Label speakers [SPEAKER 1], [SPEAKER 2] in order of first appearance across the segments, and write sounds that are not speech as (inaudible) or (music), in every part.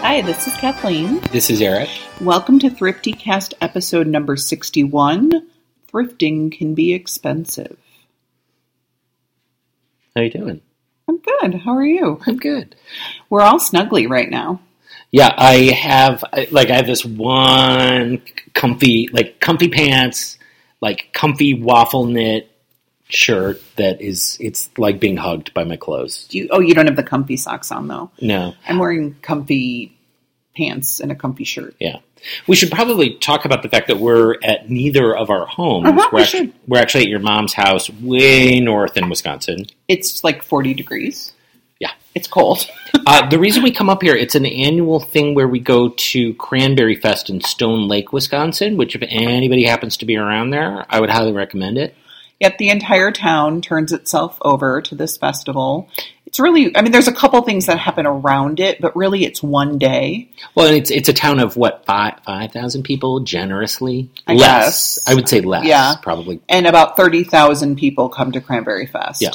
[SPEAKER 1] Hi, this is Kathleen.
[SPEAKER 2] This is Eric.
[SPEAKER 1] Welcome to Thrifty Cast episode number 61 Thrifting Can Be Expensive.
[SPEAKER 2] How you doing?
[SPEAKER 1] I'm good. How are you?
[SPEAKER 2] I'm good.
[SPEAKER 1] We're all snuggly right now.
[SPEAKER 2] Yeah, I have I- like I have this one comfy like comfy pants, like comfy waffle knit shirt that is it's like being hugged by my clothes.
[SPEAKER 1] Do you, oh, you don't have the comfy socks on though.
[SPEAKER 2] No.
[SPEAKER 1] I'm wearing comfy pants and a comfy shirt.
[SPEAKER 2] Yeah. We should probably talk about the fact that we're at neither of our homes.
[SPEAKER 1] Uh-huh,
[SPEAKER 2] we're,
[SPEAKER 1] we
[SPEAKER 2] actually,
[SPEAKER 1] should.
[SPEAKER 2] we're actually at your mom's house way north in Wisconsin.
[SPEAKER 1] It's like 40 degrees.
[SPEAKER 2] Yeah.
[SPEAKER 1] It's cold.
[SPEAKER 2] Uh, the reason we come up here, it's an annual thing where we go to Cranberry Fest in Stone Lake, Wisconsin, which if anybody happens to be around there, I would highly recommend it.
[SPEAKER 1] Yet the entire town turns itself over to this festival. It's really, I mean, there's a couple things that happen around it, but really it's one day.
[SPEAKER 2] Well, and it's it's a town of what five five thousand people, generously
[SPEAKER 1] I
[SPEAKER 2] less.
[SPEAKER 1] guess.
[SPEAKER 2] I would say less.
[SPEAKER 1] Yeah.
[SPEAKER 2] probably.
[SPEAKER 1] And about 30,000 people come to Cranberry Fest.
[SPEAKER 2] Yeah.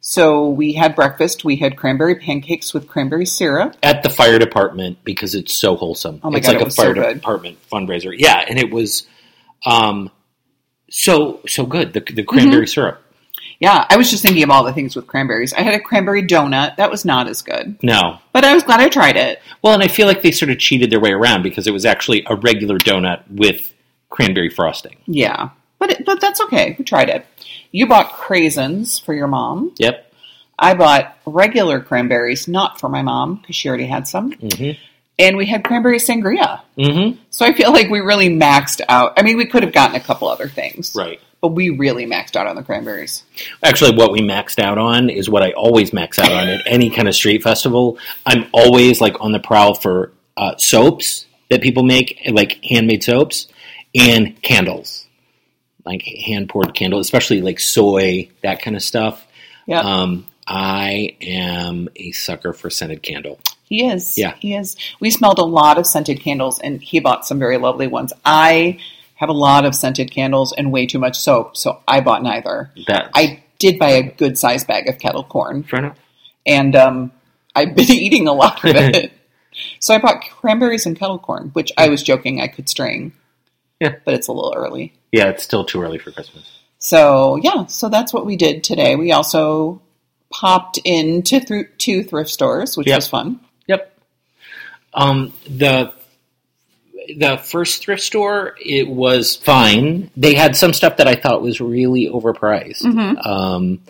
[SPEAKER 1] So we had breakfast. We had cranberry pancakes with cranberry syrup.
[SPEAKER 2] At the fire department because it's so wholesome.
[SPEAKER 1] Oh my
[SPEAKER 2] it's
[SPEAKER 1] God,
[SPEAKER 2] like
[SPEAKER 1] it
[SPEAKER 2] a
[SPEAKER 1] was so
[SPEAKER 2] fire
[SPEAKER 1] good.
[SPEAKER 2] department fundraiser. Yeah, and it was, um, so so good. The the cranberry
[SPEAKER 1] Mm-hmm.
[SPEAKER 2] syrup.
[SPEAKER 1] Yeah, I was just thinking of all the things with cranberries. I had a cranberry donut. That was not as good,
[SPEAKER 2] No,
[SPEAKER 1] but I was glad I tried it.
[SPEAKER 2] Well, and I feel like they sort of cheated their way around because it was actually a regular donut with cranberry frosting.
[SPEAKER 1] Yeah, but it, but that's okay. We tried it. You bought craisins for your mom.
[SPEAKER 2] Yep.
[SPEAKER 1] I bought regular cranberries, not for my mom because she already had some.
[SPEAKER 2] Mm-hmm.
[SPEAKER 1] And we had cranberry sangria.
[SPEAKER 2] Mm-hmm.
[SPEAKER 1] So I feel like we really maxed out. I mean, we could have gotten a couple other things,
[SPEAKER 2] Right.
[SPEAKER 1] But we really maxed out on the cranberries.
[SPEAKER 2] Actually, what we maxed out on is what I always max out on at any kind of street festival. I'm always like on the prowl for uh, soaps that people make, like handmade soaps, and candles, like hand poured candles, especially like soy, that kind of stuff.
[SPEAKER 1] Yeah,
[SPEAKER 2] Um, I am a sucker for scented candle.
[SPEAKER 1] he is.
[SPEAKER 2] yeah.
[SPEAKER 1] he is. We smelled a lot of scented candles, and he bought some very lovely ones. I have a lot of scented candles and way too much soap, so I bought neither.
[SPEAKER 2] That
[SPEAKER 1] I did buy a good sized bag of kettle corn,
[SPEAKER 2] fair enough.
[SPEAKER 1] and um, I've been (laughs) eating a lot of
[SPEAKER 2] (laughs)
[SPEAKER 1] it. so I bought cranberries and kettle corn, which I was joking I could string,
[SPEAKER 2] Yeah.
[SPEAKER 1] but it's a little early.
[SPEAKER 2] Yeah, it's still too early for Christmas.
[SPEAKER 1] So yeah, so that's what we did today. We also popped into thr- two thrift stores, which
[SPEAKER 2] Yep.
[SPEAKER 1] was fun.
[SPEAKER 2] Yep. Um, the the first thrift store it was fine. They had some stuff that I thought was really overpriced.
[SPEAKER 1] Mm-hmm.
[SPEAKER 2] Um,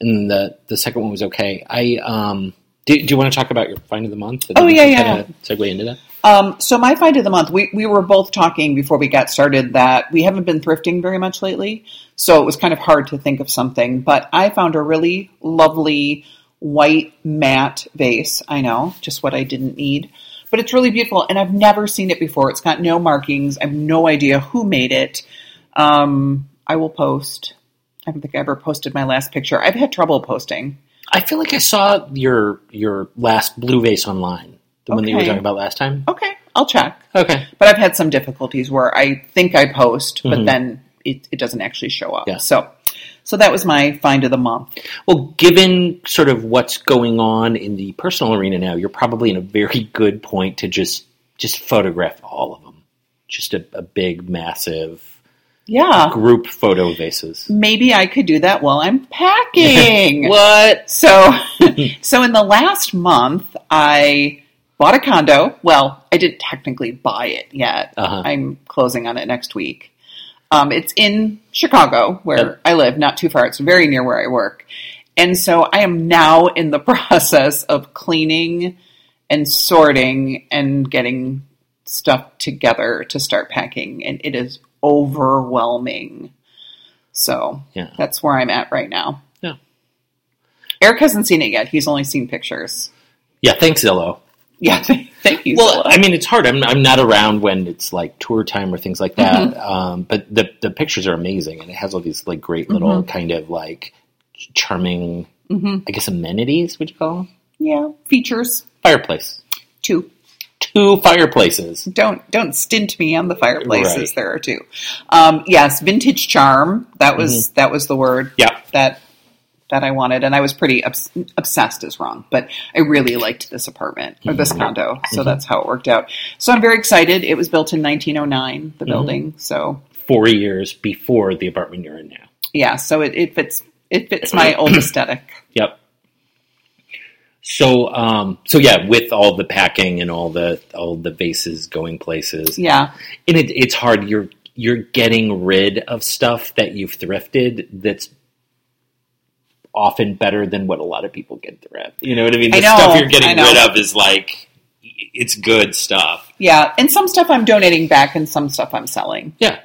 [SPEAKER 2] and the the second one was okay. I um, do, do you want to talk about your find of the month?
[SPEAKER 1] Oh, yeah,
[SPEAKER 2] yeah. Segue into that.
[SPEAKER 1] Um, so my find of the month, we, we were both talking before we got started that we haven't been thrifting very much lately, so it was kind of hard to think of something. But I found a really lovely white matte vase. I know, just what I didn't need. But it's really beautiful, and I've never seen it before. It's got no markings. I have no idea who made it. Um, I will post. I don't think I ever posted my last picture. I've had trouble posting.
[SPEAKER 2] I feel like I saw your your last blue vase online, the one that you were
[SPEAKER 1] Okay.
[SPEAKER 2] talking about last time.
[SPEAKER 1] Okay, I'll check.
[SPEAKER 2] Okay.
[SPEAKER 1] But I've had some difficulties where I think I post, but then it, it doesn't actually show up.
[SPEAKER 2] Mm-hmm. Yeah.
[SPEAKER 1] So, so that was my find of the month.
[SPEAKER 2] Well, given sort of what's going on in the personal arena now, you're probably in a very (laughs) good point to just just photograph all of them. Just a, a big, massive
[SPEAKER 1] Yeah,
[SPEAKER 2] group photo vases.
[SPEAKER 1] maybe I could do that while I'm packing.
[SPEAKER 2] (laughs) What?
[SPEAKER 1] so,
[SPEAKER 2] Mm-hmm.
[SPEAKER 1] (laughs) so in the last month, I bought a condo. Well, I didn't technically buy it yet.
[SPEAKER 2] Uh-huh.
[SPEAKER 1] I'm closing on it next week. Um, it's in Chicago, where
[SPEAKER 2] Yep.
[SPEAKER 1] I live, not too far. It's very near where I work. And so I am now in the (laughs) process of cleaning and sorting and getting stuff together to start packing. And it is overwhelming. So
[SPEAKER 2] Yeah.
[SPEAKER 1] that's where I'm at right now.
[SPEAKER 2] Yeah.
[SPEAKER 1] Eric hasn't seen it yet. He's only seen pictures.
[SPEAKER 2] Yeah, thanks, Zillow.
[SPEAKER 1] Yeah. (laughs) Thank you.
[SPEAKER 2] Well,
[SPEAKER 1] Zilla.
[SPEAKER 2] I mean, it's hard. I'm, I'm not around when it's like tour time or things like that. Um, but the the pictures are amazing, and it has all these like great little kind of like ch- charming,
[SPEAKER 1] Mhm.
[SPEAKER 2] I guess, amenities. Would you call them?
[SPEAKER 1] yeah. Features
[SPEAKER 2] Fireplace.
[SPEAKER 1] too.
[SPEAKER 2] Two fireplaces.
[SPEAKER 1] don't don't stint me on the fireplaces.
[SPEAKER 2] Right.
[SPEAKER 1] There are two. Um, yes, vintage charm. That was that was the word
[SPEAKER 2] Yeah.
[SPEAKER 1] that that I wanted, and I was pretty obs- obsessed is wrong, but I really liked this apartment or this condo, so that's how it worked out. So I'm very excited. It was built in 1909, the building. So
[SPEAKER 2] four years before the apartment you're in now.
[SPEAKER 1] yeah, so it, it fits it fits my old aesthetic.
[SPEAKER 2] Yep. So, um, so yeah, with all the packing and all the all the vases going places,
[SPEAKER 1] Yeah,
[SPEAKER 2] and it, it's hard. You're you're getting rid of stuff that you've thrifted. That's often better than what a lot of people get thrift. You know what I mean? The
[SPEAKER 1] I know,
[SPEAKER 2] stuff you're
[SPEAKER 1] I
[SPEAKER 2] getting
[SPEAKER 1] know.
[SPEAKER 2] rid of is like it's good stuff.
[SPEAKER 1] yeah, and some stuff I'm donating back, and some stuff I'm selling.
[SPEAKER 2] Yeah.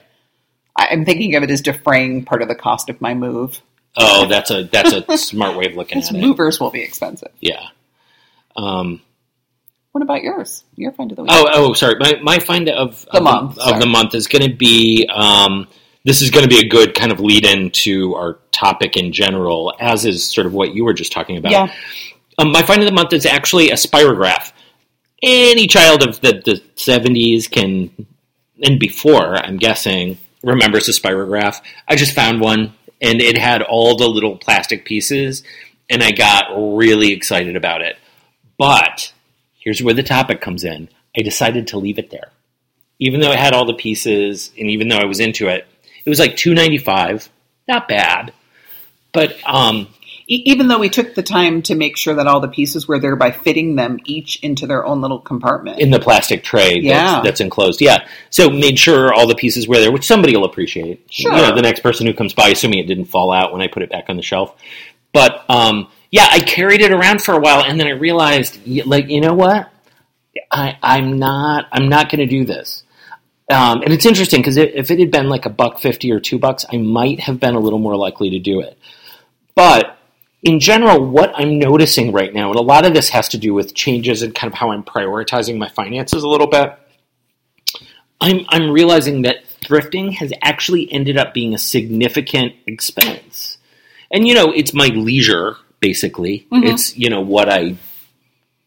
[SPEAKER 1] I- I'm thinking of it as defraying part of the cost of my move.
[SPEAKER 2] Oh, that's a that's a (laughs) smart way of looking
[SPEAKER 1] Because
[SPEAKER 2] at it.
[SPEAKER 1] movers will be expensive.
[SPEAKER 2] Yeah. Um,
[SPEAKER 1] What about yours? Your find of the week.
[SPEAKER 2] Oh, oh, sorry. My my find of
[SPEAKER 1] The
[SPEAKER 2] of
[SPEAKER 1] month,
[SPEAKER 2] of the
[SPEAKER 1] sorry.
[SPEAKER 2] month is going to be. Um, this is going to be a good kind of lead in to our topic in general, as is sort of what you were just talking about.
[SPEAKER 1] yeah,
[SPEAKER 2] Um, my find of the month is actually a spirograph. Any child of the the seventies can and before, I'm guessing, remembers a spirograph. I just found one, and it had all the little plastic pieces, and I got really excited about it. But here's where the topic comes in. I decided to leave it there, even though it had all the pieces, and even though I was into it. It was like two ninety five, not bad, but um,
[SPEAKER 1] E- even though we took the time to make sure that all the pieces were there by fitting them each into their own little compartment.
[SPEAKER 2] in the plastic tray
[SPEAKER 1] Yeah.
[SPEAKER 2] that's, that's enclosed. Yeah. So made sure all the pieces were there, which somebody will appreciate.
[SPEAKER 1] Sure.
[SPEAKER 2] You know, the next person who comes by, assuming it didn't fall out when I put it back on the shelf. But um, yeah, I carried it around for a while, and then I realized, y- like, you know what? I, I'm not. I'm not going to do this. Um, and it's interesting because if it had been like a buck fifty or two bucks, I might have been a little more likely to do it. But in general, what I'm noticing right now, and a lot of this has to do with changes in kind of how I'm prioritizing my finances a little bit, I'm, I'm realizing that thrifting has actually ended up being a significant expense. And, you know, it's my leisure, basically. It's, you know, what I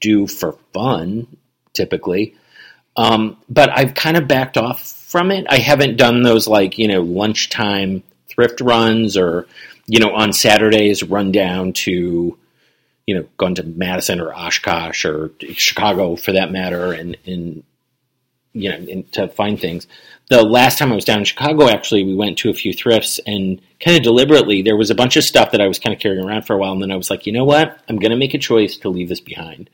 [SPEAKER 2] do for fun, typically. Um, but I've kind of backed off from it. I haven't done those like you know lunchtime thrift runs or you know on Saturdays run down to you know gone to Madison or Oshkosh or Chicago for that matter and and you know and to find things. The last time I was down in Chicago, actually, we went to a few thrifts and kind of deliberately there was a bunch of stuff that I was kind of carrying around for a while, and then I was like, you know what, I'm going to make a choice to leave this behind.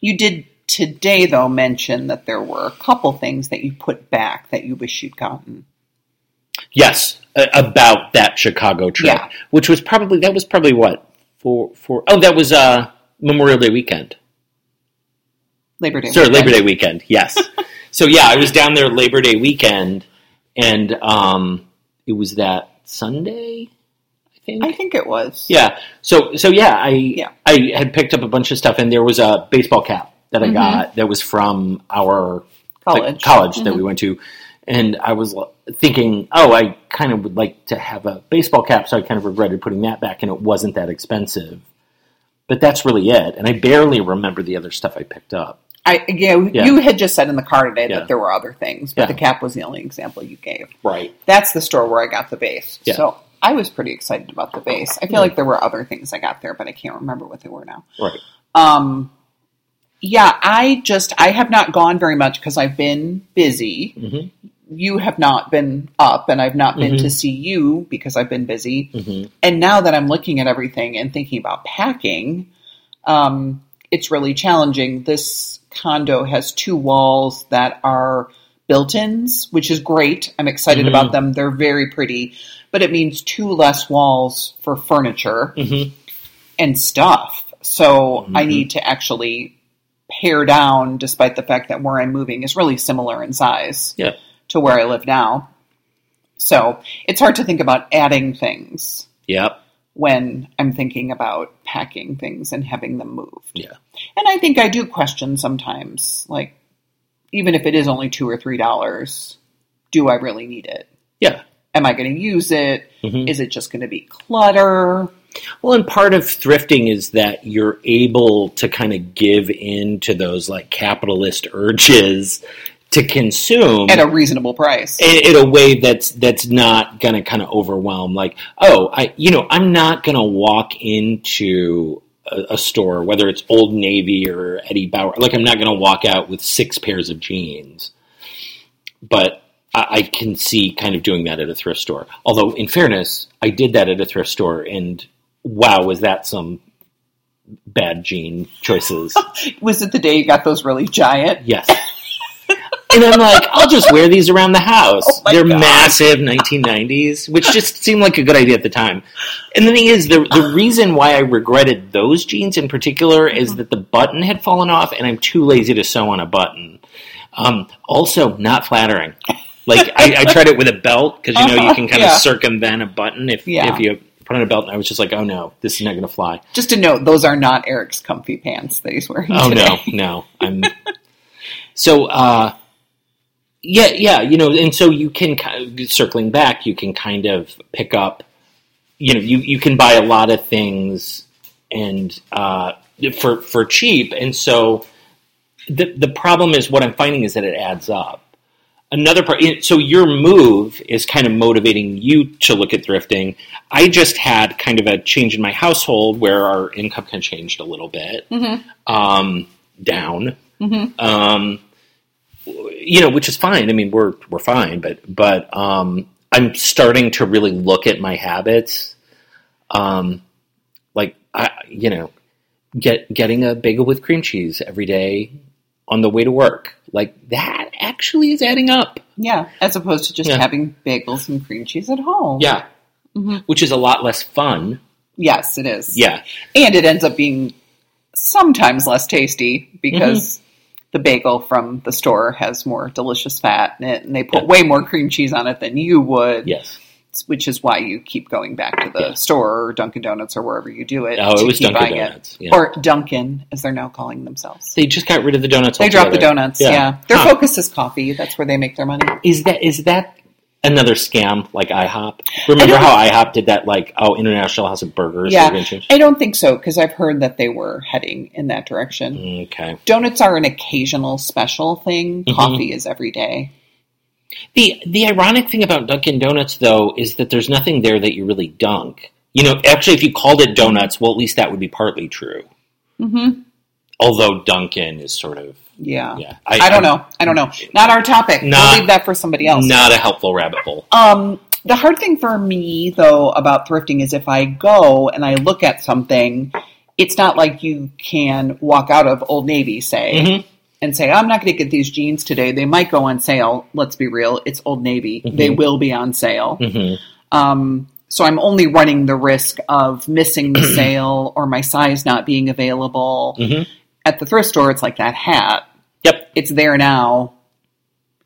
[SPEAKER 1] you did today, though, mention that there were a couple things that you put back that you wish you'd gotten.
[SPEAKER 2] Yes, a- about that Chicago trip,
[SPEAKER 1] Yeah.
[SPEAKER 2] which was probably that was probably what for for oh that was uh, Memorial Day weekend,
[SPEAKER 1] Labor Day.
[SPEAKER 2] sorry Labor Day weekend. Yes, so yeah, I was down there Labor Day weekend, and um, it was that Sunday, I think.
[SPEAKER 1] I think it was.
[SPEAKER 2] yeah, so so yeah, I
[SPEAKER 1] Yeah.
[SPEAKER 2] I had picked up a bunch of stuff, and there was a baseball cap that I got that was from our
[SPEAKER 1] Mm-hmm. College. Mm-hmm.
[SPEAKER 2] the college that we went to. And I was l- thinking, oh, I kind of would like to have a baseball cap, so I kind of regretted putting that back, and it wasn't that expensive. But that's really it. And I barely remember the other stuff I picked up.
[SPEAKER 1] I, yeah,
[SPEAKER 2] Yeah.
[SPEAKER 1] You had just said in the car today
[SPEAKER 2] Yeah.
[SPEAKER 1] that there were other things, but
[SPEAKER 2] Yeah.
[SPEAKER 1] the cap was the only example you gave.
[SPEAKER 2] Right.
[SPEAKER 1] That's the store where I got the base.
[SPEAKER 2] Yeah.
[SPEAKER 1] So I was pretty excited about the base. I feel like there were other things I got there, but I can't remember what they were now.
[SPEAKER 2] Right.
[SPEAKER 1] Um, yeah, I just I have not gone very much because I've been busy.
[SPEAKER 2] Mhm.
[SPEAKER 1] You have not been up, and I've not been to see you because I've been busy. And now that I'm looking at everything and thinking about packing, um, it's really challenging. This condo has two walls that are built-ins, which is great. I'm excited about them. They're very pretty, but it means two less walls for furniture
[SPEAKER 2] Mhm.
[SPEAKER 1] and stuff. So I need to actually pare down, despite the fact that where I'm moving is really similar in size
[SPEAKER 2] Yeah.
[SPEAKER 1] to where I live now. So it's hard to think about adding things
[SPEAKER 2] Yep.
[SPEAKER 1] when I'm thinking about packing things and having them moved.
[SPEAKER 2] Yeah.
[SPEAKER 1] And I think I do question sometimes, like, even if it is only two or three dollars, do I really need it?
[SPEAKER 2] Yeah.
[SPEAKER 1] Am I going to use it? Is
[SPEAKER 2] Mhm.
[SPEAKER 1] it just going to be clutter?
[SPEAKER 2] Well, and part of thrifting is that you're able to kind of give in to those like capitalist urges to consume
[SPEAKER 1] at a reasonable price.
[SPEAKER 2] in, in a way that's that's not gonna kind of overwhelm like oh i you know i'm not gonna walk into a, a store whether it's old navy or eddie bauer like i'm not gonna walk out with six pairs of jeans but I, I can see kind of doing that at a thrift store although in fairness i did that at a thrift store and wow was that some bad jean choices (laughs)
[SPEAKER 1] Was it the day you got those really giant?
[SPEAKER 2] Yes. and I'm like, I'll just wear these around the house.
[SPEAKER 1] Oh my
[SPEAKER 2] They're
[SPEAKER 1] God.
[SPEAKER 2] massive 1990s, which just seemed like a good idea at the time. And the thing is, the, the reason why I regretted those jeans in particular is
[SPEAKER 1] Mm-hmm.
[SPEAKER 2] that the button had fallen off, and I'm too lazy to sew on a button. Um, also, not flattering. Like I, I tried it with a belt because you know you
[SPEAKER 1] Uh-huh,
[SPEAKER 2] can kind of
[SPEAKER 1] (laughs) yeah.
[SPEAKER 2] circumvent a button if
[SPEAKER 1] Yeah.
[SPEAKER 2] if you put on a belt, and I was just like, oh no, this is not going to fly.
[SPEAKER 1] Just a note, those are not Eric's comfy pants that he's (laughs) wearing.
[SPEAKER 2] Oh
[SPEAKER 1] today.
[SPEAKER 2] no, no. I'm so uh yeah, yeah, you know, and so you can ki- circling back, you can kind of pick up you know, you you can buy a lot of things and uh for for cheap and so the the problem is what I'm finding is that it adds up. Another part, so your move is kind of motivating you to look at thrifting. I just had kind of a change in my household where our income kind of changed a little bit um, down.
[SPEAKER 1] Mm-hmm.
[SPEAKER 2] Um, you know, which is fine. I mean, we're we're fine, but but um, I'm starting to really look at my habits. Um, like I, you know, get getting a bagel with cream cheese every day on the way to work. Like that actually is adding up.
[SPEAKER 1] Yeah, as opposed to just
[SPEAKER 2] Yeah.
[SPEAKER 1] having bagels and cream cheese at home.
[SPEAKER 2] Yeah, which is a lot less fun.
[SPEAKER 1] Yes, it is.
[SPEAKER 2] Yeah,
[SPEAKER 1] And it ends up being sometimes less tasty because
[SPEAKER 2] Mm-hmm.
[SPEAKER 1] the bagel from the store has more delicious fat in it and they put
[SPEAKER 2] Yeah.
[SPEAKER 1] way more cream cheese on it than you would,
[SPEAKER 2] yes.
[SPEAKER 1] which is why you keep going back to the
[SPEAKER 2] Yeah.
[SPEAKER 1] store or Dunkin' Donuts or wherever you do it.
[SPEAKER 2] Oh, it
[SPEAKER 1] to
[SPEAKER 2] was
[SPEAKER 1] keep
[SPEAKER 2] Dunkin'
[SPEAKER 1] buying it.
[SPEAKER 2] Donuts. Yeah.
[SPEAKER 1] Or Dunkin', as they're now calling themselves.
[SPEAKER 2] They just got rid of the donuts.
[SPEAKER 1] They drop the
[SPEAKER 2] altogether.
[SPEAKER 1] donuts, yeah. Their
[SPEAKER 2] Huh.
[SPEAKER 1] focus is coffee. That's where they make their money.
[SPEAKER 2] Is that is that another scam like IHOP? Remember
[SPEAKER 1] I don't-
[SPEAKER 2] how IHOP did that? Like, oh, International House of Burgers.
[SPEAKER 1] Yeah.
[SPEAKER 2] we're gonna change-
[SPEAKER 1] I don't think so because I've heard that they were heading in that
[SPEAKER 2] Mm-hmm.
[SPEAKER 1] direction.
[SPEAKER 2] Okay.
[SPEAKER 1] Donuts are an occasional special thing. Coffee is every day.
[SPEAKER 2] The the ironic thing about Dunkin' Donuts though is that there's nothing there that you really dunk. You know, actually, if you called it donuts, well, at least that would be partly true.
[SPEAKER 1] Mm-hmm.
[SPEAKER 2] Although Dunkin' is sort of
[SPEAKER 1] Yeah.
[SPEAKER 2] yeah,
[SPEAKER 1] I, don't know. I don't know. Not our topic.
[SPEAKER 2] Not-
[SPEAKER 1] we'll leave that for somebody else.
[SPEAKER 2] Not a helpful rabbit hole.
[SPEAKER 1] Um, the hard thing for me, though, about thrifting is if I go and I look at something, it's not like you can walk out of Old Navy, say,
[SPEAKER 2] Mhm.
[SPEAKER 1] and say, I'm not going to get these jeans today. They might go on sale. Let's be real. It's Old Navy. They will be on sale.
[SPEAKER 2] hmm
[SPEAKER 1] Um, so I'm only running the risk of missing the sale or my size not being available.
[SPEAKER 2] Mhm.
[SPEAKER 1] At the thrift store, it's like that hat.
[SPEAKER 2] Yep.
[SPEAKER 1] It's there now.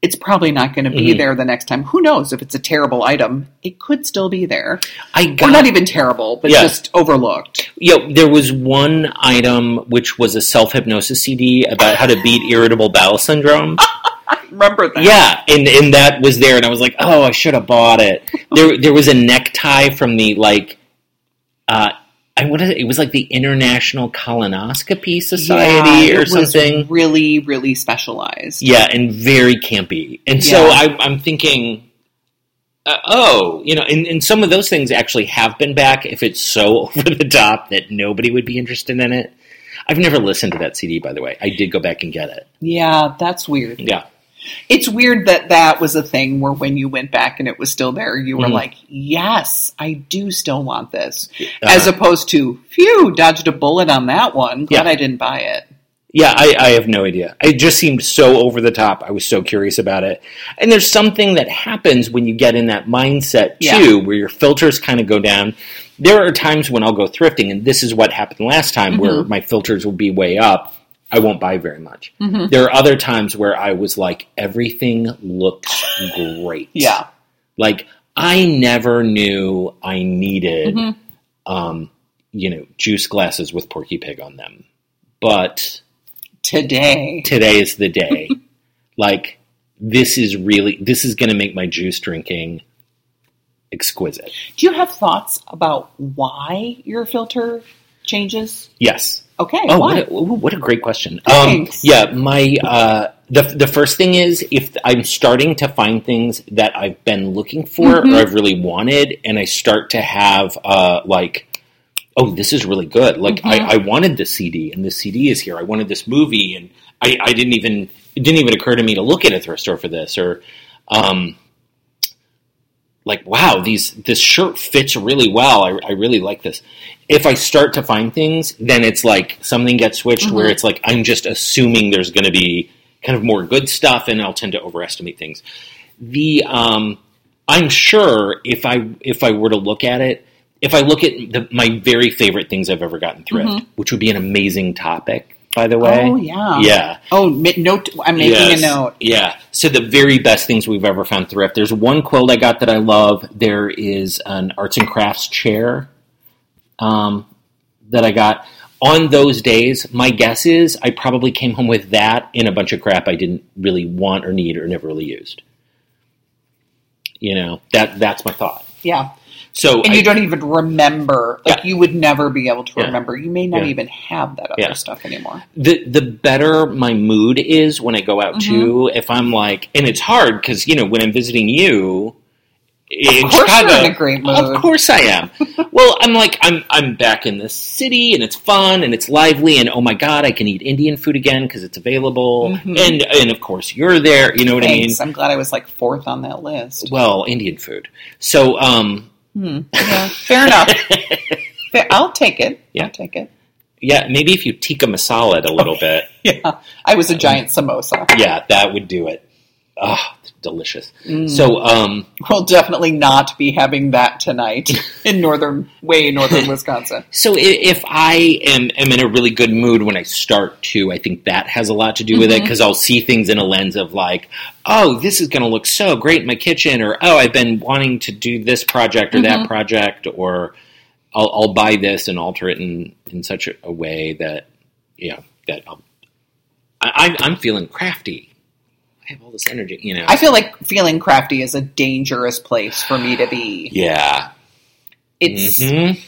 [SPEAKER 1] It's probably not going to be
[SPEAKER 2] Mhm.
[SPEAKER 1] there the next time. Who knows if it's a terrible item? It could still be there.
[SPEAKER 2] I
[SPEAKER 1] Or
[SPEAKER 2] got
[SPEAKER 1] not even terrible, but
[SPEAKER 2] Yeah.
[SPEAKER 1] just overlooked.
[SPEAKER 2] you know, there was one item which was a self hypnosis CD about how to beat irritable bowel syndrome.
[SPEAKER 1] Remember that?
[SPEAKER 2] Yeah, and and that was there, and I was like, oh, I should have bought it. There there was a necktie from the like, uh, I what is it? It was like the International Colonoscopy Society
[SPEAKER 1] Yeah,
[SPEAKER 2] or
[SPEAKER 1] it was
[SPEAKER 2] something.
[SPEAKER 1] really, really specialized.
[SPEAKER 2] Yeah, and very campy. And so
[SPEAKER 1] Yeah.
[SPEAKER 2] I, I'm thinking, uh, oh, you know, and, and some of those things actually have been back if it's so (laughs) over the top that nobody would be interested in it. I've never listened to that CD, by the way. I did go back and get it.
[SPEAKER 1] Yeah, that's weird.
[SPEAKER 2] Yeah.
[SPEAKER 1] It's weird that that was a thing where when you went back and it was still there, you were
[SPEAKER 2] Mhm.
[SPEAKER 1] like, yes, I do still want this.
[SPEAKER 2] Uh-huh.
[SPEAKER 1] As opposed to, phew, dodged a bullet on that one. Glad
[SPEAKER 2] Yeah.
[SPEAKER 1] I didn't buy it.
[SPEAKER 2] Yeah, I, I have no idea. It just seemed so over the top. I was so curious about it. And there's something that happens when you get in that mindset
[SPEAKER 1] Yeah.
[SPEAKER 2] too, where your filters kind of go down. There are times when I'll go thrifting, and this is what happened last time,
[SPEAKER 1] Mm-hmm.
[SPEAKER 2] where my filters will be way up. I won't buy very much.
[SPEAKER 1] Mm-hmm.
[SPEAKER 2] There are other times where I was like, everything looks great.
[SPEAKER 1] (laughs) Yeah.
[SPEAKER 2] Like, I never knew I needed,
[SPEAKER 1] Mm-hmm.
[SPEAKER 2] um, you know, juice glasses with Porky Pig on them. But
[SPEAKER 1] Today.
[SPEAKER 2] today is the day. (laughs) like this is really this is going to make my juice drinking exquisite.
[SPEAKER 1] Do you have thoughts about why your filter changes?
[SPEAKER 2] Yes.
[SPEAKER 1] Okay.
[SPEAKER 2] Oh,
[SPEAKER 1] why?
[SPEAKER 2] what a, ooh, what a great question. Um,
[SPEAKER 1] Thanks.
[SPEAKER 2] yeah, my uh, the the first thing is if I'm starting to find things that I've been looking for
[SPEAKER 1] Mhm.
[SPEAKER 2] or I've really wanted, and I start to have uh, like, oh, this is really good. Like
[SPEAKER 1] Mhm.
[SPEAKER 2] I, I wanted the CD, and the CD is here. I wanted this movie, and I, I didn't even it didn't even occur to me to look at a thrift store for this or. Um, like wow these this shirt fits really well I, I really like this if i start to find things then it's like something gets switched where
[SPEAKER 1] Mm-hmm.
[SPEAKER 2] it's like i'm just assuming there's going to be kind of more good stuff and i'll tend to overestimate things the um, i'm sure if i if i were to look at it if i look at the, my very favorite things i've ever gotten thrift which would be an amazing topic by the way
[SPEAKER 1] Mm-hmm. Oh yeah.
[SPEAKER 2] yeah
[SPEAKER 1] Oh, mi- note. I'm making
[SPEAKER 2] Yes.
[SPEAKER 1] a note.
[SPEAKER 2] Yeah. So the very best things we've ever found thrift. There's one quilt I got that I love. There is an arts and crafts chair um, that I got. On those days, my guess is I probably came home with that and a bunch of crap I didn't really want or need or never really used. You know that that's my thought.
[SPEAKER 1] Yeah.
[SPEAKER 2] So
[SPEAKER 1] And
[SPEAKER 2] I-
[SPEAKER 1] you don't even remember. Like
[SPEAKER 2] Yeah.
[SPEAKER 1] you would never be able to
[SPEAKER 2] Yeah.
[SPEAKER 1] remember. You may not
[SPEAKER 2] Yeah.
[SPEAKER 1] even have that other
[SPEAKER 2] Yeah.
[SPEAKER 1] stuff anymore.
[SPEAKER 2] the the better my mood is when I go out
[SPEAKER 1] Mm-hmm.
[SPEAKER 2] too. If I'm like, and it's hard because you know when I'm visiting you in
[SPEAKER 1] course you're
[SPEAKER 2] Chicago,
[SPEAKER 1] in a great mood.
[SPEAKER 2] Of course I am.
[SPEAKER 1] (laughs)
[SPEAKER 2] well, I'm like I'm I'm back in the city and it's fun and it's lively and oh my god, I can eat Indian food again because it's available
[SPEAKER 1] Mhm.
[SPEAKER 2] and and of course you're there. You know what
[SPEAKER 1] Thanks.
[SPEAKER 2] I
[SPEAKER 1] I'm glad I was like fourth on that list.
[SPEAKER 2] mean? (laughs) Well, Indian food. So um,
[SPEAKER 1] Hmm. Yeah. Fair enough.
[SPEAKER 2] (laughs)
[SPEAKER 1] Fair- I'll take it.
[SPEAKER 2] Yeah.
[SPEAKER 1] I'll take it.
[SPEAKER 2] yeah, maybe if you tikka masala it a little bit.
[SPEAKER 1] Yeah. Uh, I was a giant samosa.
[SPEAKER 2] Yeah, that would do it. Ah, delicious.
[SPEAKER 1] Mm.
[SPEAKER 2] So um.
[SPEAKER 1] We'll definitely not be having that tonight (laughs) in northern, way in
[SPEAKER 2] (laughs)
[SPEAKER 1] northern Wisconsin.
[SPEAKER 2] So i- if I am, am in a really good mood when I start to, I think that has a lot to do with
[SPEAKER 1] Mm-hmm.
[SPEAKER 2] it because I'll see things in a lens of like, oh, this is going to look so great in my kitchen, or oh, I've been wanting to do this project or
[SPEAKER 1] Mm-hmm.
[SPEAKER 2] that project, or I'll, I'll buy this and alter it in, in such a, a way that, yeah, that I'll, I, I'm- I'm feeling crafty. I have all this energy, you know.
[SPEAKER 1] I feel like feeling crafty is a dangerous place for me to be.
[SPEAKER 2] yeah.
[SPEAKER 1] It's
[SPEAKER 2] hmm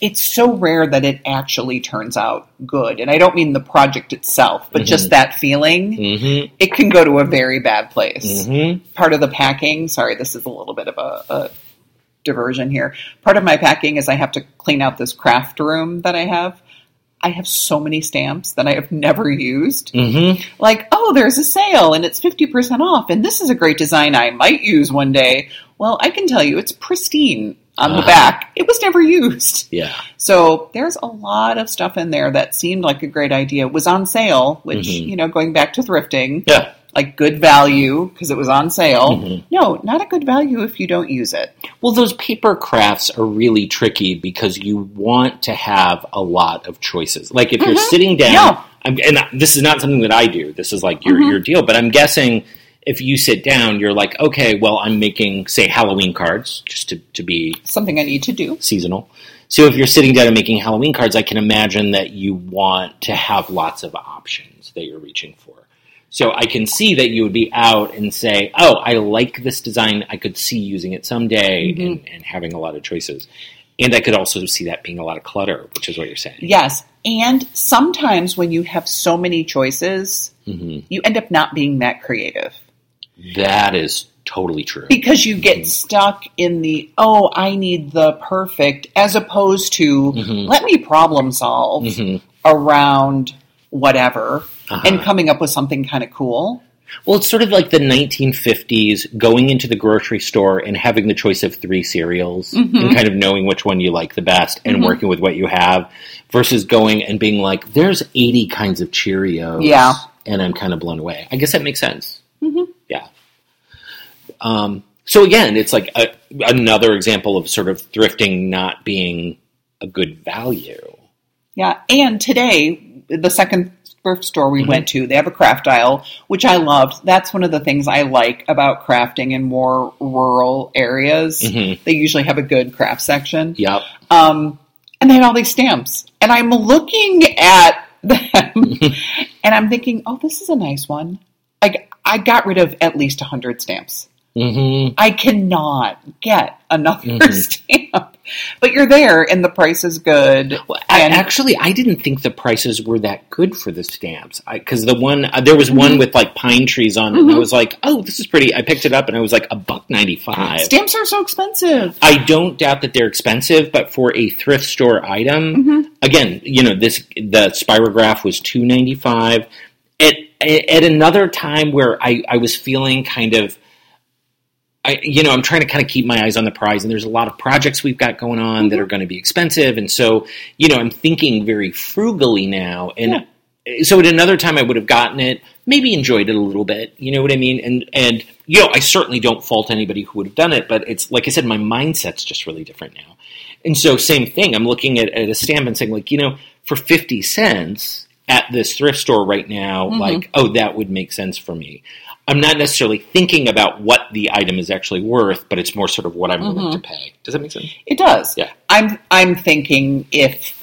[SPEAKER 1] it's so rare that it actually turns out good. And I don't mean the project itself, but just that feeling.
[SPEAKER 2] hmm
[SPEAKER 1] It can go to a very bad place.
[SPEAKER 2] hmm
[SPEAKER 1] Part of the packing, sorry, this is a little bit of a, a diversion here. Part of my packing is I have to clean out this craft room that I have. I have so many stamps that I have never used.
[SPEAKER 2] hmm
[SPEAKER 1] Like, oh, there's a sale and it's 50% off, and this is a great design I might use one day. Well, I can tell you it's pristine on the
[SPEAKER 2] Uh-huh.
[SPEAKER 1] back. It was never used.
[SPEAKER 2] Yeah.
[SPEAKER 1] So there's a lot of stuff in there that seemed like a great idea. It was on sale, which,
[SPEAKER 2] Mhm.
[SPEAKER 1] you know, going back to thrifting,
[SPEAKER 2] Yeah.
[SPEAKER 1] like good value because it was on sale.
[SPEAKER 2] Mhm.
[SPEAKER 1] No, not a good value if you don't use it.
[SPEAKER 2] Well, those paper crafts are really tricky because you want to have a lot of choices. Like if you're sitting down,
[SPEAKER 1] Yeah.
[SPEAKER 2] I'm, and this is not something that I do. This is like your your deal. But I'm guessing if you sit down, you're like, okay, well, I'm making say Halloween cards just to, to be
[SPEAKER 1] Something I need to do.
[SPEAKER 2] seasonal. So if you're sitting down and making Halloween cards, I can imagine that you want to have lots of options that you're reaching for. So I can see that you would be out and say, "Oh, I like this design. I could see using it someday and, and having a lot of choices." And I could also see that being a lot of clutter, which is what you're saying.
[SPEAKER 1] Yes. And sometimes when you have so many choices,
[SPEAKER 2] Mhm.
[SPEAKER 1] you end up not being that creative
[SPEAKER 2] That is totally true.
[SPEAKER 1] because you get stuck in the, oh, I need the perfect, as opposed to, let me problem solve.
[SPEAKER 2] Mhm.
[SPEAKER 1] around whatever
[SPEAKER 2] Uh-huh.
[SPEAKER 1] and coming up with something kind of cool.
[SPEAKER 2] Well, it's sort of like the 1950s going into the grocery store and having the choice of three cereals and kind of knowing which one you like the best and working with what you have versus going and being like, there's 80 kinds of Cheerios.
[SPEAKER 1] Yeah.
[SPEAKER 2] And I'm kind of blown away. I guess that makes sense. Yeah. Um, so again, it's like a, another example of sort of thrifting not being a good value.
[SPEAKER 1] Yeah. And today, the second thrift store we went to, they have a craft aisle, which I loved. That's one of the things I like about crafting in more rural areas.
[SPEAKER 2] Mhm.
[SPEAKER 1] They usually have a good craft section.
[SPEAKER 2] Yep.
[SPEAKER 1] Um, and they had all these stamps. And I'm looking at
[SPEAKER 2] (laughs)
[SPEAKER 1] them and I'm thinking, oh, this is a nice one. Like, I got rid of at least 100 stamps.
[SPEAKER 2] Mm-hmm.
[SPEAKER 1] I cannot get another (laughs)
[SPEAKER 2] Mhm.
[SPEAKER 1] stamp. But you're there and the price is good.
[SPEAKER 2] Well, I,
[SPEAKER 1] And-
[SPEAKER 2] actually, I didn't think the prices were that good for the stamps because the one uh, there was one with like pine trees on it, and I
[SPEAKER 1] Mhm.
[SPEAKER 2] was like, "Oh, this is pretty." I picked it up, and I was like, "A buck ninety five.
[SPEAKER 1] Stamps are so expensive.
[SPEAKER 2] I don't doubt that they're expensive, but for a thrift store item, again, you know, this the spirograph was two ninety five. At at another time where I, I was feeling kind of I you know, I'm trying to kind of keep my eyes on the prize and there's a lot of projects we've got going on that are gonna be expensive and so, you know, I'm thinking very frugally now and So at another time I would have gotten it, maybe enjoyed it a little bit. You know what I mean? And and you know I certainly don't fault anybody who would have done it, but it's like I said, my mindset's just really different now. And so, same thing. I'm looking at, at a stamp and saying, like, you know, for 50 cents at this thrift store right now, like, oh, that would make sense for me. I'm not necessarily thinking about what the item is actually worth, but it's more sort of what I'm willing to pay. Does that make sense?
[SPEAKER 1] It does.
[SPEAKER 2] Yeah.
[SPEAKER 1] I'm I'm thinking if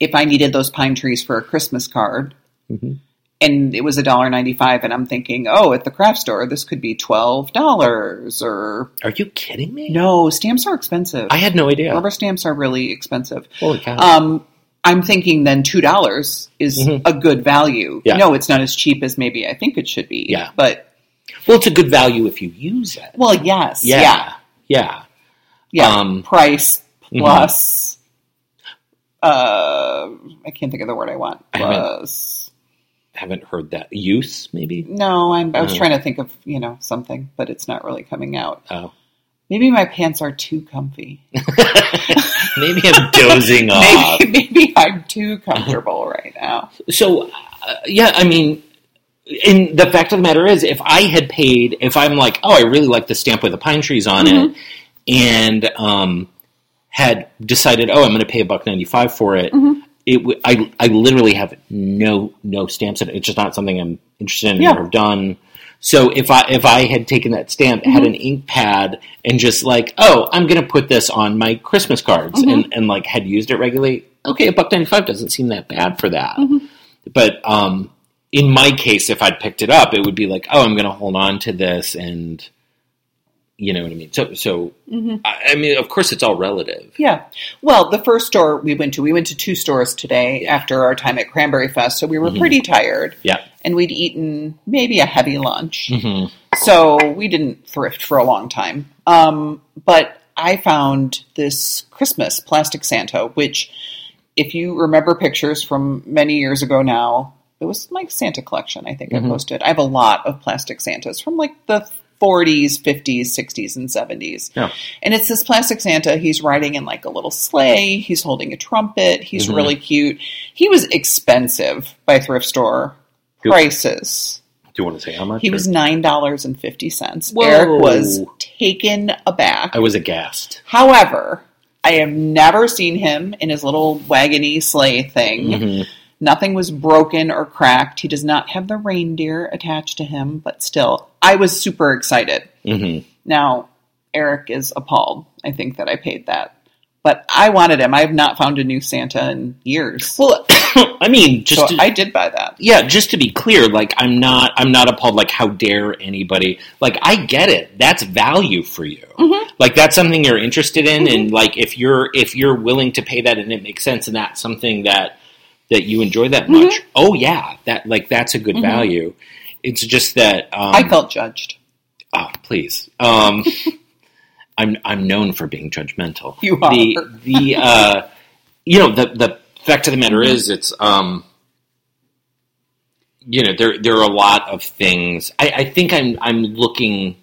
[SPEAKER 1] if I needed those pine trees for a Christmas card
[SPEAKER 2] Mhm.
[SPEAKER 1] and it was a dollar ninety five and I'm thinking, oh, at the craft store this could be twelve dollars or
[SPEAKER 2] Are you kidding me?
[SPEAKER 1] no, stamps are expensive.
[SPEAKER 2] I had no idea. Uh,
[SPEAKER 1] Rubber stamps are really expensive.
[SPEAKER 2] Holy cow.
[SPEAKER 1] Um, I'm thinking then two dollars is a good value.
[SPEAKER 2] Mm-hmm. Yeah.
[SPEAKER 1] No, it's not as cheap as maybe I think it should be.
[SPEAKER 2] Yeah.
[SPEAKER 1] But
[SPEAKER 2] well, it's a good value if you use it.
[SPEAKER 1] well, yes.
[SPEAKER 2] Yeah.
[SPEAKER 1] Yeah.
[SPEAKER 2] Yeah.
[SPEAKER 1] yeah.
[SPEAKER 2] Um,
[SPEAKER 1] Price plus. Uh, I can't think of the word I want.
[SPEAKER 2] I haven't-
[SPEAKER 1] Plus,
[SPEAKER 2] Haven't heard that. Use, maybe?
[SPEAKER 1] no, I'm, I was
[SPEAKER 2] Mhm.
[SPEAKER 1] trying to think of you know something, but it's not really coming out.
[SPEAKER 2] Oh.
[SPEAKER 1] Maybe my pants are too comfy.
[SPEAKER 2] (laughs) (laughs) maybe I'm dozing off.
[SPEAKER 1] (laughs) Maybe, maybe I'm too comfortable right now.
[SPEAKER 2] so uh, yeah i mean and the fact of the matter is if i had paid if i'm like oh i really like the stamp with the pine trees on it and um, had decided oh i'm going to pay a buck 95 for it it w- I, I literally have no no stamps in it it's just not something i'm interested in
[SPEAKER 1] Yeah.
[SPEAKER 2] or have done so if i if i had taken that stamp had an ink pad and just like oh i'm going to put this on my christmas cards and, and like had used it regularly okay a buck 95 doesn't seem that bad for that but um, in my case, if I'd picked it up, it would be like, oh, I'm going to hold on to this, and you know what I mean. So, so
[SPEAKER 1] Mm-hmm.
[SPEAKER 2] I, I mean, of course, it's all relative.
[SPEAKER 1] Yeah. Well, the first store we went to, we went to two stores today after our time at Cranberry Fest, so we were pretty tired.
[SPEAKER 2] Yeah.
[SPEAKER 1] And we'd eaten maybe a heavy lunch. So we didn't thrift for a long time. Um, but I found this Christmas plastic Santa, which, if you remember pictures from many years ago now, it was my Santa collection, I think I posted. I have a lot of plastic Santas from like the 40s, 50s, 60s, and 70s.
[SPEAKER 2] Yeah.
[SPEAKER 1] And it's this plastic Santa. He's riding in like a little sleigh. He's holding a trumpet. He's really cute. He was expensive by thrift store
[SPEAKER 2] Yep.
[SPEAKER 1] prices.
[SPEAKER 2] Do you want to say how much?
[SPEAKER 1] He
[SPEAKER 2] or-
[SPEAKER 1] was nine dollars and fifty cents.
[SPEAKER 2] Whoa.
[SPEAKER 1] Eric was taken aback.
[SPEAKER 2] I was aghast.
[SPEAKER 1] However, I have never seen him in his little wagony sleigh thing.
[SPEAKER 2] Mm-hmm.
[SPEAKER 1] Nothing was broken or cracked. He does not have the reindeer attached to him, but still, I was super excited.
[SPEAKER 2] Mm-hmm.
[SPEAKER 1] Now, Eric is appalled. I think that I paid that. But I wanted him. I have not found a new Santa in years.
[SPEAKER 2] Well, (coughs) I mean, just
[SPEAKER 1] so
[SPEAKER 2] to-
[SPEAKER 1] I did buy that.
[SPEAKER 2] yeah, just to be clear, like I'm not, I'm not appalled. Like, how dare anybody? Like, I get it. That's value for you. Like, that's something you're interested in, and like, if you're if you're willing to pay that, and it makes sense, and that's something that that you enjoy that much. Oh yeah, that like that's a good value. It's just that um,
[SPEAKER 1] I felt judged.
[SPEAKER 2] Oh, please.
[SPEAKER 1] (laughs)
[SPEAKER 2] Um, I'm I'm known for being judgmental.
[SPEAKER 1] You are.
[SPEAKER 2] the the uh, you know the the fact of the matter is it's um you know there there are a lot of things. I, I think I'm I'm looking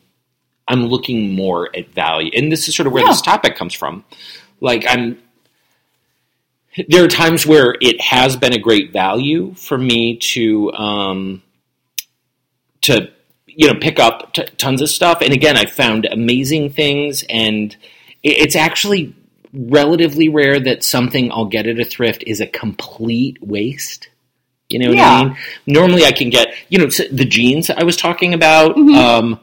[SPEAKER 2] I'm looking more at value, and this is sort of where
[SPEAKER 1] Yeah.
[SPEAKER 2] this topic comes from. Like I'm. There are times where it has been a great value for me to um, to you know pick up t- tons of stuff and again i found amazing things and it- it's actually relatively rare that something i'll get at a thrift is a complete waste you know what i
[SPEAKER 1] Yeah.
[SPEAKER 2] mean normally i can get you know s- the jeans i was talking about um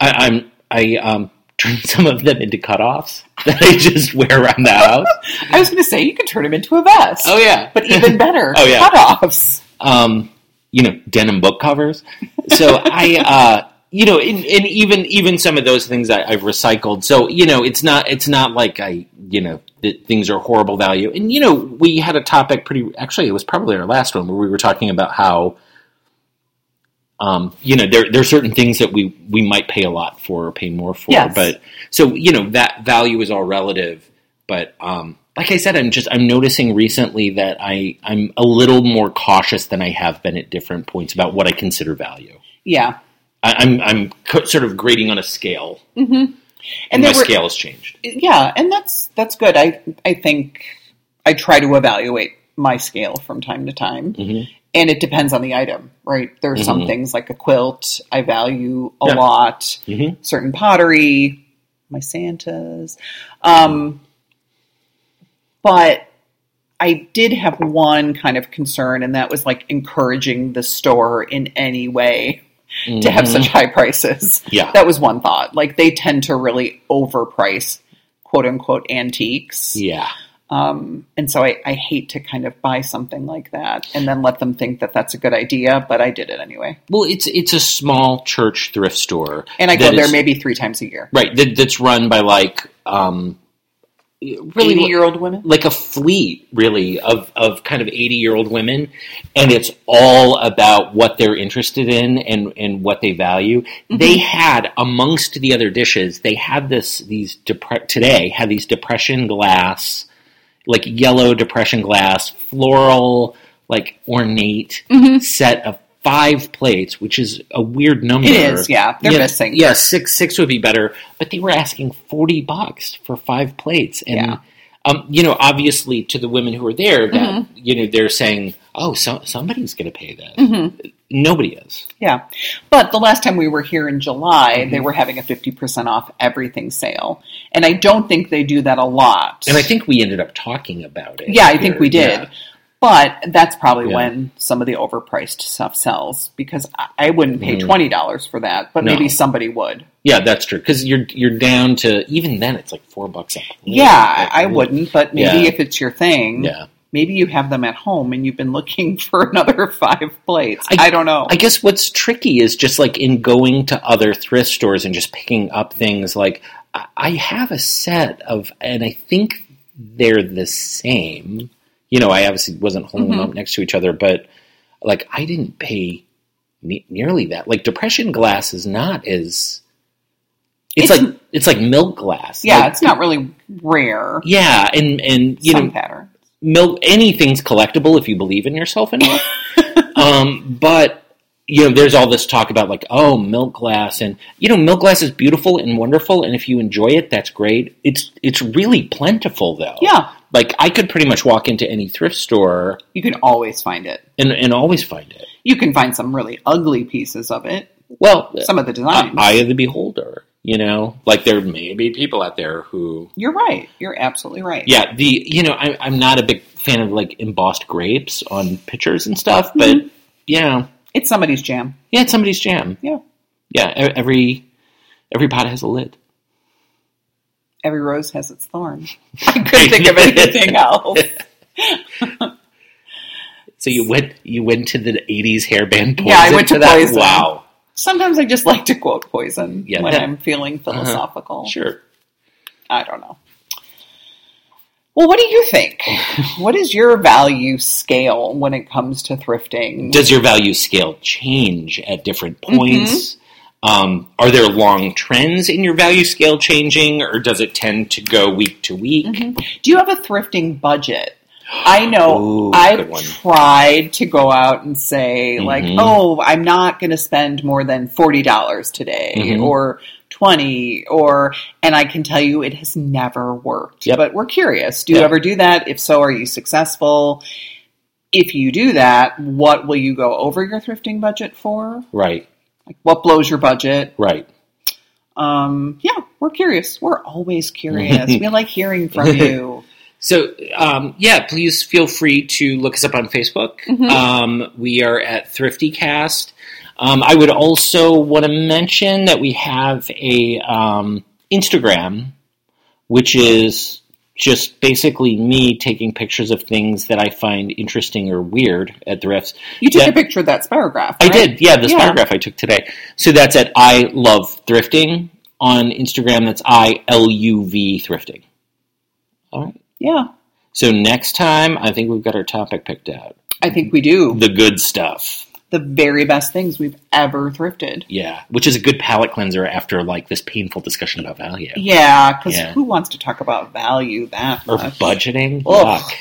[SPEAKER 2] I, i'm i um (laughs) turned some of them into cutoffs that i just wear around the house
[SPEAKER 1] I was going to say you could turn him into a vest.
[SPEAKER 2] (laughs) oh yeah
[SPEAKER 1] but even better,
[SPEAKER 2] (laughs) Oh, yeah.
[SPEAKER 1] cutoffs.
[SPEAKER 2] um, you know, denim book covers. So I, uh, you know, and, and even even some of those things I, I've recycled. So you know, it's not it's not like I you know that things are horrible value. And you know, we had a topic pretty actually it was probably our last one where we were talking about how um, you know there there are certain things that we we might pay a lot for or pay more for.
[SPEAKER 1] Yes.
[SPEAKER 2] But so you know that value is all relative. But um, like I said, I'm just I'm noticing recently that I I'm a little more cautious than I have been at different points about what I consider value.
[SPEAKER 1] Yeah.
[SPEAKER 2] I, I'm I'm co- sort of grading on a scale, and,
[SPEAKER 1] there
[SPEAKER 2] my
[SPEAKER 1] were-
[SPEAKER 2] scale has changed.
[SPEAKER 1] yeah, and that's that's good. I I think I try to evaluate my scale from time to time,
[SPEAKER 2] Mm-hmm.
[SPEAKER 1] and it depends on the item, right? There are some things like a quilt I value a
[SPEAKER 2] Yeah.
[SPEAKER 1] lot,
[SPEAKER 2] Mhm.
[SPEAKER 1] certain pottery, my Santas, um, but. I did have one kind of concern, and that was like encouraging the store in any way to have such high prices.
[SPEAKER 2] Mm-hmm. Yeah.
[SPEAKER 1] That was one thought. Like they tend to really overprice quote unquote antiques.
[SPEAKER 2] Yeah,
[SPEAKER 1] Um, and so I, I hate to kind of buy something like that and then let them think that that's a good idea, but I did it anyway.
[SPEAKER 2] well, it's it's a small church thrift store,
[SPEAKER 1] And I go
[SPEAKER 2] that
[SPEAKER 1] there
[SPEAKER 2] is-
[SPEAKER 1] maybe three times a year.
[SPEAKER 2] right that, that's run by like um, really
[SPEAKER 1] 80 year old women?
[SPEAKER 2] like a fleet really of, of kind of 80 year old women and it's all about what they're interested in and, and what they value they had amongst the other dishes they had this these depre- today had these depression glass like yellow depression glass floral like ornate
[SPEAKER 1] Mm-hmm.
[SPEAKER 2] set of five plates which is a weird number
[SPEAKER 1] It is, yeah. They're
[SPEAKER 2] yeah,
[SPEAKER 1] missing.
[SPEAKER 2] yeah six six would be better but they were asking 40 bucks for five plates and
[SPEAKER 1] Yeah.
[SPEAKER 2] um, you know, obviously to the women who are there, that
[SPEAKER 1] Mm-hmm.
[SPEAKER 2] you know, they're saying, "Oh, so, somebody's going to pay that."
[SPEAKER 1] Mm-hmm.
[SPEAKER 2] Nobody is.
[SPEAKER 1] Yeah. But the last time we were here in July, they
[SPEAKER 2] Mm-hmm.
[SPEAKER 1] were having a 50% off everything sale. And I don't think they do that a lot.
[SPEAKER 2] And I think we ended up talking about it.
[SPEAKER 1] Yeah, I think
[SPEAKER 2] here.
[SPEAKER 1] we did.
[SPEAKER 2] Yeah.
[SPEAKER 1] But that's probably
[SPEAKER 2] Yeah.
[SPEAKER 1] when some of the overpriced stuff sells because I- I wouldn't pay twenty dollars for that, but
[SPEAKER 2] Mm-hmm. No.
[SPEAKER 1] maybe somebody would.
[SPEAKER 2] Yeah, that's true. Because you're you're down to even then, it's like four bucks a plate.
[SPEAKER 1] Yeah, I, I
[SPEAKER 2] Like,
[SPEAKER 1] wouldn't, but maybe
[SPEAKER 2] Yeah.
[SPEAKER 1] if it's your thing,
[SPEAKER 2] Yeah.
[SPEAKER 1] maybe you have them at home and you've been looking (laughs) for another five plates. I, don't know.
[SPEAKER 2] I guess what's tricky is just like in going to other thrift stores and just picking up things. Like I- I have a set of, and I think they're the same. You know, I obviously wasn't holding
[SPEAKER 1] Mm-hmm.
[SPEAKER 2] them up next to each other, but like I didn't pay ne- nearly that. Like depression glass is not as. It's,
[SPEAKER 1] It's-
[SPEAKER 2] like it's like milk glass.
[SPEAKER 1] yeah,
[SPEAKER 2] Like,
[SPEAKER 1] it's not really rare.
[SPEAKER 2] yeah, and and you
[SPEAKER 1] some
[SPEAKER 2] know oh.
[SPEAKER 1] pattern.
[SPEAKER 2] milk anything's collectible if you believe in yourself enough. um, but you know, there's all this talk about like, oh, milk glass, and you know, milk glass is beautiful and wonderful, and if you enjoy it, that's great. It's it's really plentiful though.
[SPEAKER 1] Yeah.
[SPEAKER 2] like I could pretty much walk into any thrift store
[SPEAKER 1] You can always find it.
[SPEAKER 2] and and always find it.
[SPEAKER 1] You can find some really ugly pieces of it.
[SPEAKER 2] Well,
[SPEAKER 1] Some of the designs.
[SPEAKER 2] eye of the beholder. You know, like there may be people out there who
[SPEAKER 1] You're right. You're absolutely right.
[SPEAKER 2] yeah the you know I, i'm not a big fan of like embossed grapes on pictures and stuff but yeah
[SPEAKER 1] It's somebody's jam.
[SPEAKER 2] yeah it's somebody's jam
[SPEAKER 1] Yeah.
[SPEAKER 2] yeah e- every every pot has a lid
[SPEAKER 1] Every rose has its
[SPEAKER 2] (laughs)
[SPEAKER 1] thorn. I couldn't think of anything else.
[SPEAKER 2] so you went you went to the 80s hairband poison
[SPEAKER 1] Yeah, I went to
[SPEAKER 2] that
[SPEAKER 1] Poison.
[SPEAKER 2] wow
[SPEAKER 1] Sometimes I just like to quote poison
[SPEAKER 2] Yeah,
[SPEAKER 1] when
[SPEAKER 2] that-
[SPEAKER 1] I'm feeling philosophical.
[SPEAKER 2] sure
[SPEAKER 1] I don't know. Well, what do you
[SPEAKER 2] (laughs)
[SPEAKER 1] think? what is your value scale when it comes to thrifting?
[SPEAKER 2] does your value scale change at different points um, are there long trends in your value scale changing or does it tend to go week to week
[SPEAKER 1] Do you have a thrifting budget? I know
[SPEAKER 2] Ooh, good
[SPEAKER 1] I've
[SPEAKER 2] one.
[SPEAKER 1] tried to go out and say, like,
[SPEAKER 2] Mhm.
[SPEAKER 1] oh, I'm not going to spend more than $40 today
[SPEAKER 2] Mhm.
[SPEAKER 1] or 20 or, and I can tell you it has never worked.
[SPEAKER 2] Yep.
[SPEAKER 1] But we're curious. Do you
[SPEAKER 2] Yeah.
[SPEAKER 1] ever do that? If so, are you successful? If you do that, what will you go over your thrifting budget for?
[SPEAKER 2] right
[SPEAKER 1] Like, what blows your budget?
[SPEAKER 2] right
[SPEAKER 1] Um, yeah, we're curious. We're always
[SPEAKER 2] (laughs)
[SPEAKER 1] curious. we like hearing from you.
[SPEAKER 2] So, um, yeah, please feel free to look us up on Facebook.
[SPEAKER 1] Mm-hmm.
[SPEAKER 2] Um, we are at ThriftyCast. Um, I would also want to mention that we have a um, Instagram, which is just basically me taking pictures of things that I find interesting or weird at the refs.
[SPEAKER 1] You took
[SPEAKER 2] that-
[SPEAKER 1] a picture of that spirograph.
[SPEAKER 2] I
[SPEAKER 1] right?
[SPEAKER 2] did, yeah. This
[SPEAKER 1] Yeah.
[SPEAKER 2] paragraph I took today. So that's at I love thrifting on Instagram. That's I L U V thrifting. All right.
[SPEAKER 1] Yeah,
[SPEAKER 2] So next time, I think we've got our topic picked out.
[SPEAKER 1] I think we do.
[SPEAKER 2] The good stuff.
[SPEAKER 1] The very best things we've ever thrifted.
[SPEAKER 2] Yeah, which is a good palate cleanser after like this painful discussion about value
[SPEAKER 1] Yeah, because
[SPEAKER 2] Yeah. Oh,
[SPEAKER 1] who wants to talk about value that
[SPEAKER 2] or
[SPEAKER 1] much?
[SPEAKER 2] budgeting.
[SPEAKER 1] Ugh.
[SPEAKER 2] Yuck.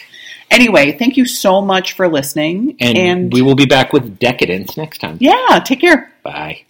[SPEAKER 1] Anyway, thank you so much for listening.
[SPEAKER 2] And,
[SPEAKER 1] and
[SPEAKER 2] we will be back with decadence next time.
[SPEAKER 1] yeah, take care.
[SPEAKER 2] Bye.